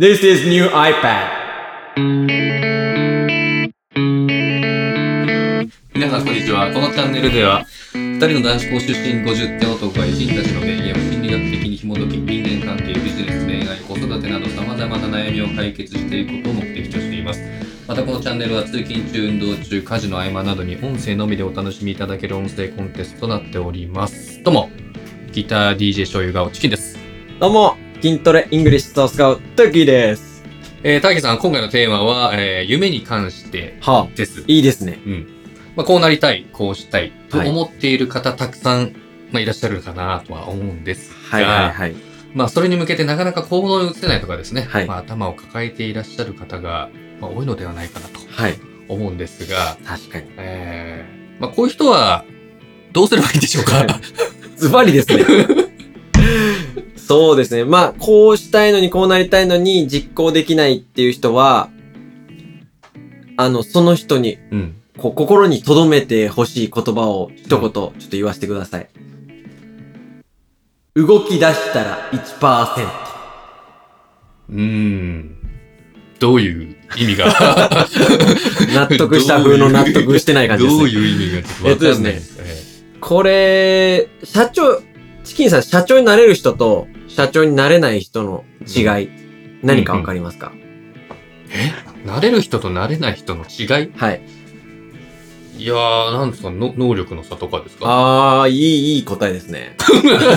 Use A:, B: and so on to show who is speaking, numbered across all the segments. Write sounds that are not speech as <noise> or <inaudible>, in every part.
A: This is new iPad.
B: 皆さん、こんにちは。このチャンネルでは、二人の男子校出身50点男が偉人たちの名言を心理学的に紐解き、人間関係、ビジネス、恋愛、子育てなど様々な悩みを解決していくことを目的としています。また、このチャンネルは通勤中、運動中、家事の合間などに音声のみでお楽しみいただける音声コンテストとなっております。どうも、ギター DJ 醤油顔チキンです。
A: どうも、筋トレイングリッシュソースカウトキーです。
B: えー、ターキさん、今回のテーマは、えー夢に関して
A: はあ、
B: です。
A: いいですね。
B: うん。まあ、こうなりたい、こうしたい、と
A: はい
B: 思っている方、たくさん、まあ、いらっしゃるかなとは思うんですが、
A: はいはいはい。
B: まあ、それに向けてなかなか行動に移せないとかですね、
A: はい
B: まあ、頭を抱えていらっしゃる方が、まあ、多いのではないかなと
A: はい。
B: 思うんですが、
A: 確かに。
B: えー、まあ、こういう人は、どうすればいいんでしょうか、
A: はいズバリですね。そうですね。まあ、こうしたいのに、こうなりたいのに、実行できないっていう人は、あの、その人に、
B: うん。
A: こう、心に留めてほしい言葉を一言、ちょっと言わせてください。動き出したら1%。
B: うーん。どういう意味が、
A: 納得した風の納得してない
B: <laughs> ど
A: 感
B: う
A: じです、ね。
B: いう意味がちょっとわかんないですね。
A: これ、社長、チキンさん、社長になれる人と、社長になれない人の違い、何かわかりますか、
B: 慣れる人と慣れない人の違い
A: はい。
B: いやー、なんですか、の能力の差とかですか
A: あー、いい、いい答えですね。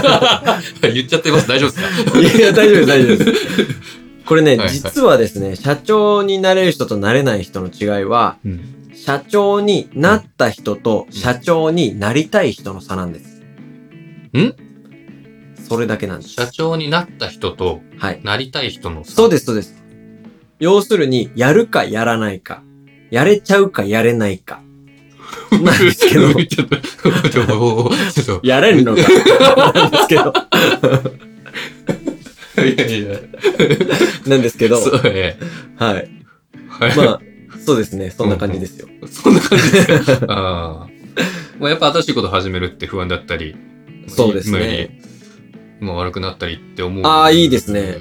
B: <laughs> 言っちゃってます。大丈夫ですか
A: いや、大丈夫です、大丈夫です。これね、
B: いはい
A: 実はですね、社長になれる人となれない人の違いは、
B: うん。
A: 社長になった人と社長になりたい人の差なんです。
B: ん
A: それだけなんです。
B: 社長になった人と、
A: はい。
B: なりたい人の差。
A: そうです、そうです。要するに、やるかやらないか、やれちゃうかやれないか、なんですけど
B: <laughs> ちょっと、ちょっとおー、ちょっ
A: やれるのか、なんです <laughs> けど、
B: と、いやいやいや、
A: なんですけど、
B: そう、え
A: はい。
B: えはい。
A: まあ、そうですね、そんな感じですよ。
B: そんな感じですか。
A: <laughs>
B: あーまあ、やっぱ新しいこと始めるって不安だったり、
A: そうですね。
B: まあ悪くなったりって思う。
A: あーいいですね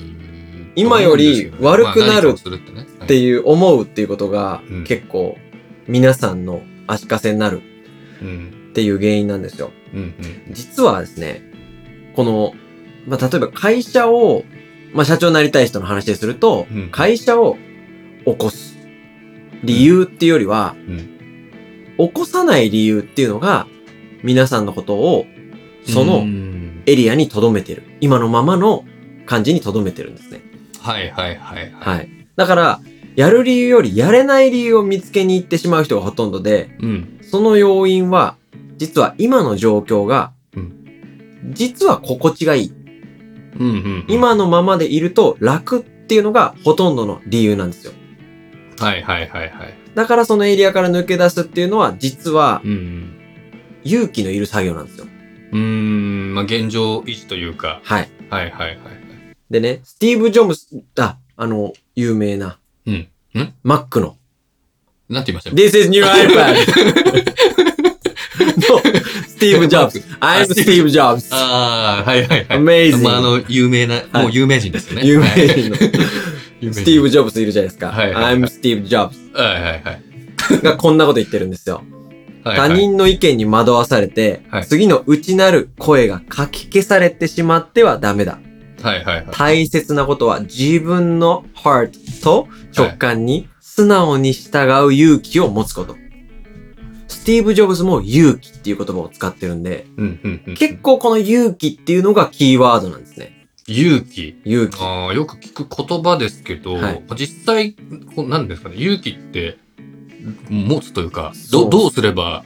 A: 今より悪くなる
B: っていうまあ何かをするってね。
A: っていう思うっていうことが
B: うん、
A: 結構、皆さんの足かせになる
B: うん。
A: っていう原因なんですよ。
B: うん。
A: 実はですね、この、まあ、例えば会社を、まあ、社長になりたい人の話ですると、
B: うん
A: 会社を起こす理由っていうよりは、
B: うん
A: 起こさない理由っていうのが、皆さんのことを、
B: うん。
A: そうの
B: ん
A: エリアに留めてる。今のままの感じに留めてるんですね。
B: はいはいはいはい。
A: はい。だから、やる理由よりやれない理由を見つけに行ってしまう人がほとんどで、
B: うん。
A: その要因は、実は今の状況が、
B: う
A: 実は心地がいい。
B: うんうん。
A: 今のままでいると楽っていうのがほとんどの理由なんですよ。
B: はいはいはいはい。
A: だからそのエリアから抜け出すっていうのは、実は
B: うん
A: 勇気のいる作業なんですよ。
B: うん。うーん、まあ、現状維持というか。
A: はい。
B: はいはいはい。
A: でね、スティーブ・ジョブス、あ、あの、有名な、
B: うん。ん
A: マックの、
B: なんて言いました
A: This is New
B: <laughs>
A: iPad! の、スティーブ・ジョブス。I'm Steve Jobs!
B: ああ、はいはいはい。
A: Amazing
B: まあ、あの、有名な、
A: はい
B: もう有名人ですよね。
A: 有名
B: はい
A: 人の、ス
B: 有名人。
A: ティーブ・ジョブスいるじゃないですか。
B: はいはいはい
A: I'm Steve Jobs
B: はいはいはい。
A: がこんなこと言ってるんですよ。
B: はいは
A: 他
B: い
A: 人の意見に惑わされて、
B: はい
A: 次の内なる声がかき消されてしまってはダメだ。
B: はいはいはい。
A: 大切なことは自分の heart と直感に素直に従う勇気を持つこと。スティーブ・ジョブズも勇気っていう言葉を使ってるんで、
B: うんうんうん。
A: 結構この勇気っていうのがキーワードなんですね。
B: 勇気。
A: 勇気。
B: ああ、よく聞く言葉ですけど、
A: はい
B: 実際、こうなんですかね、勇気って、持つというか、
A: そ
B: ど
A: う
B: どうすれば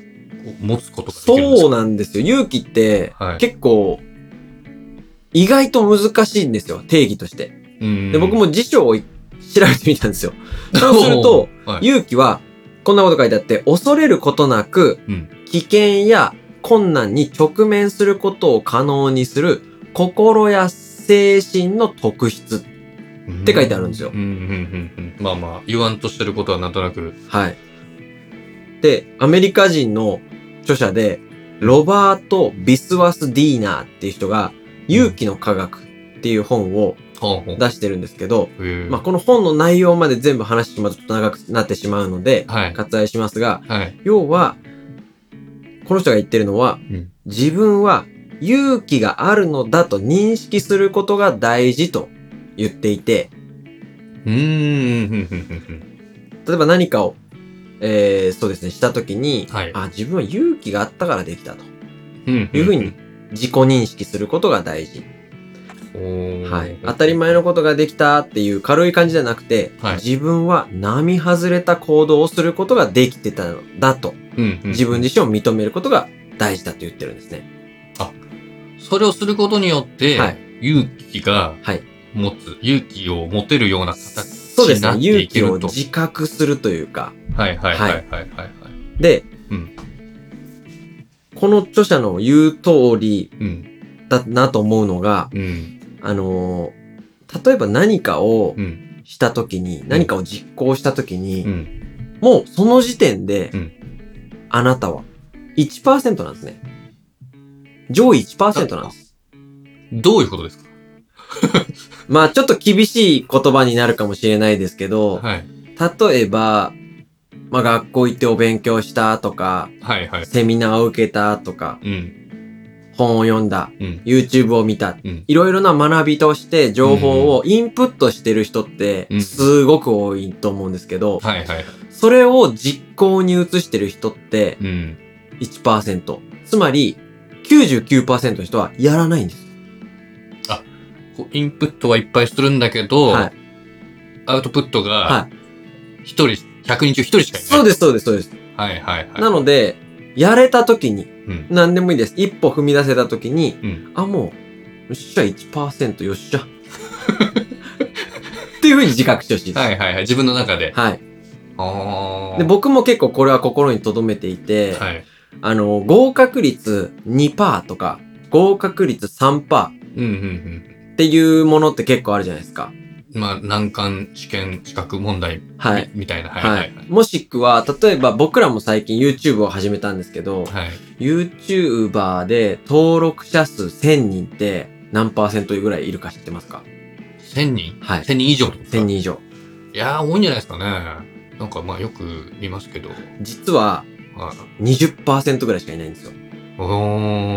B: 持つことができるんです
A: そ
B: か
A: うなんですよ。勇気って
B: はい
A: 結構意外と難しいんですよ。定義として。
B: うん
A: で、僕も辞書を調べてみたん
B: <laughs>
A: ですよ。そうすると、、
B: はい
A: 勇気は、こんなこと書いてあって、恐れることなく
B: うん、
A: 危険や困難に直面することを可能にする、心や精神の特質。って書いてあるんですよ
B: うんうんうんうん。まあまあ、言わんとしてることはなんとなく。
A: はい。で、アメリカ人の著者で、ロバート・ビスワス・ディーナーっていう人が、勇気の科学っていう本を
B: ほうほう。
A: 出してるんですけど、
B: へえ
A: まあ、この本の内容まで全部話してしまうとちょっと長くなってしまうので、
B: はい。
A: 割愛しますが、
B: はい。
A: 要は、この人が言ってるのは、
B: うん
A: 自分は勇気があるのだと認識することが大事と言っていて、
B: うーんふんふんふんふん。
A: 例えば何かを、えー、そうですね、したときに、
B: はい
A: あ、自分は勇気があったからできたと
B: うん
A: いうふうに。自己認識することが大事。はい。当たり前のことができたっていう軽い感じじゃなくて、
B: はい
A: 自分は並外れた行動をすることができてたんだと、
B: 前
A: 自分自身を認めることが大事だと言ってるんですね。
B: それをすることによって、
A: はい
B: 勇気が
A: はい
B: 持つ、勇気を持てるような形
A: そうです
B: な
A: ね。
B: って
A: 勇
B: いけ
A: 気を
B: ると。
A: 自覚するというか。
B: はいはいはいはいはいはい。
A: で、
B: うん
A: この著者の言う通り
B: うん。
A: だなと思うのが、
B: うん。
A: あのー例えば何かを
B: うん。
A: したときに、何かを実行したときに、
B: うん。
A: もうその時点で、
B: うん
A: あなたは1%なんですね。上位1%なんです。
B: どういうことですか
A: まあちょっと厳しい言葉になるかもしれないですけど、
B: はい。
A: 例えば、まあ学校行ってお勉強したとか、
B: はいはい。
A: セミナーを受けたとか、
B: うん。
A: 本を読んだ、
B: うん
A: YouTube を見た、
B: うん
A: いろいろな学びとして情報をインプットしてる人って
B: うん
A: すごく多いと思うんですけど、
B: はいはい。
A: それを実行に移してる人って
B: うん。
A: 1%。つまり、99%の人はやらないんです。
B: こうインプットはいっぱいするんだけど、
A: はい
B: アウトプットが
A: は、
B: 一人、100人中一人しかいない。
A: そうです、そうです、そうです。
B: はいはいはい。
A: なので、やれた時に、
B: うん。
A: 何でもいいです。一歩踏み出せた時に、
B: うん
A: あ、もう、よっしゃ、1%、よっしゃ。 <laughs> っていうふうに自覚してほしいです。。
B: はいいはいはい。自分の中で。
A: はい。
B: あー
A: で、僕も結構これは心に留めていて、
B: はい。
A: あの、合格率2%とか、合格率3%
B: うんうんうん。
A: っていうものって結構あるじゃないですか。
B: まあ、難関試験資格問題
A: はい。
B: みたいな。はいは
A: はいい。もしくは、例えば僕らも最近 YouTube を始めたんですけど、
B: はい。はい。
A: YouTuber で登録者数1000人って何パーセントぐらいいるか知ってますか
B: 1000人
A: はい
B: ?1000 人以上ってことですか
A: ?1000 人以上。
B: いやー、多いんじゃないですかね。なんかまあよく見ますけど。
A: 実は
B: はい
A: 20%ぐらいしかいないんですよ。
B: お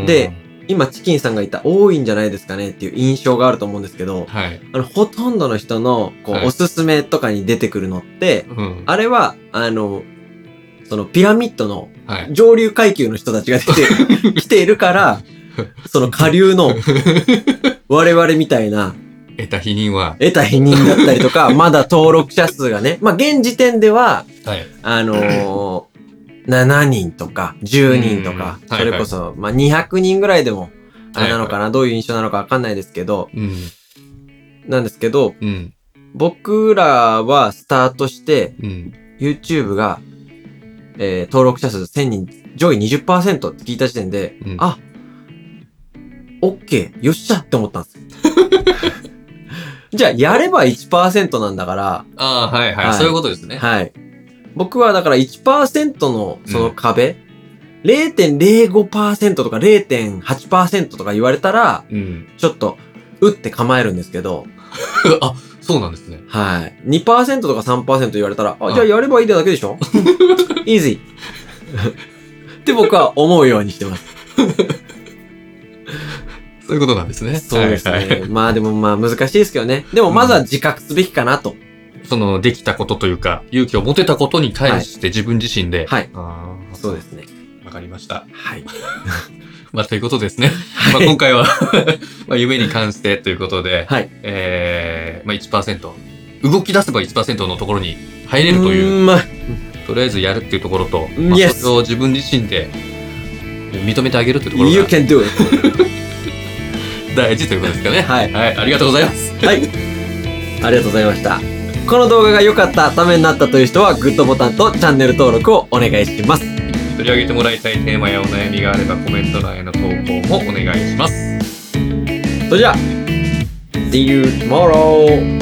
B: ー
A: で、今チキンさんが言った多いんじゃないですかねっていう印象があると思うんですけど、
B: はい。
A: あの、ほとんどの人の、こ、
B: はいう
A: おすすめとかに出てくるのって、
B: うん。
A: あれは、あの、そのピラミッドの
B: はい。
A: 上流階級の人たちが出
B: <laughs>
A: てきているから、その下流の我々みたいな
B: 得た否認は、
A: 得た否認だったりと
B: <laughs>
A: か、まだ登録者数がね、まあ現時点では、
B: はい。
A: あのー、7人とか10人とか
B: うん、はい
A: それこそ、まあ200人ぐらいでも、あれなのか
B: は
A: な、どういう印象なのかわかんないですけど、
B: うん。
A: なんですけど、
B: うん。
A: 僕らはスタートして、
B: うん。
A: YouTube が、えー登録者数1000人、上位20%って聞いた時点で、
B: うん
A: あ、OK、よっしゃって思ったん
B: <laughs>
A: ですよ。じゃあ、やれば1%なんだから、
B: ああ、はいはい、
A: はい
B: そういうことですね。
A: はい。僕はだから1%のその壁、0.05%とか0.8%とか言われたら、
B: うん。
A: ちょっと、うって構えるんですけど、
B: あ、そうなんですね。
A: はい。2%とか3%言われたら、
B: うん
A: あ、じゃあやればいいだけで
B: <laughs>
A: しょイージー。って僕は思うようにしてます。
B: そういうことなんですね。
A: そうです
B: はいはい
A: ね。まあでもまあ難しいですけどね。でもまずは自覚すべきかなと。
B: その、できたことというか、勇気を持てたことに対して自分自身で。
A: はい
B: ああ、
A: そうですね。
B: す。わかりました。
A: はい。
B: まあ、ということですね。まあ、今回は、 <laughs> まあ、夢に関してということで、
A: はい。
B: えー、まあ1%。動き出せば1%のところに入れるという、
A: う。まあ、
B: とりあえずやるっていうところと、
A: ん
B: まあ
A: Yes
B: それを自分自身で認めてあげるというところ
A: you
B: が
A: can do it.
B: 大事ということですかね。
A: はい
B: はい、ありがとうございます。
A: はい。ありがとうございました。この動画が良かった、ためになったという人は、グッドボタンとチャンネル登録をお願いします。
B: 取り上げてもらいたいテーマやお悩みがあればコメント欄への投稿もお願いします。
A: それじゃあ、See you tomorrow!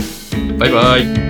B: バイバイ。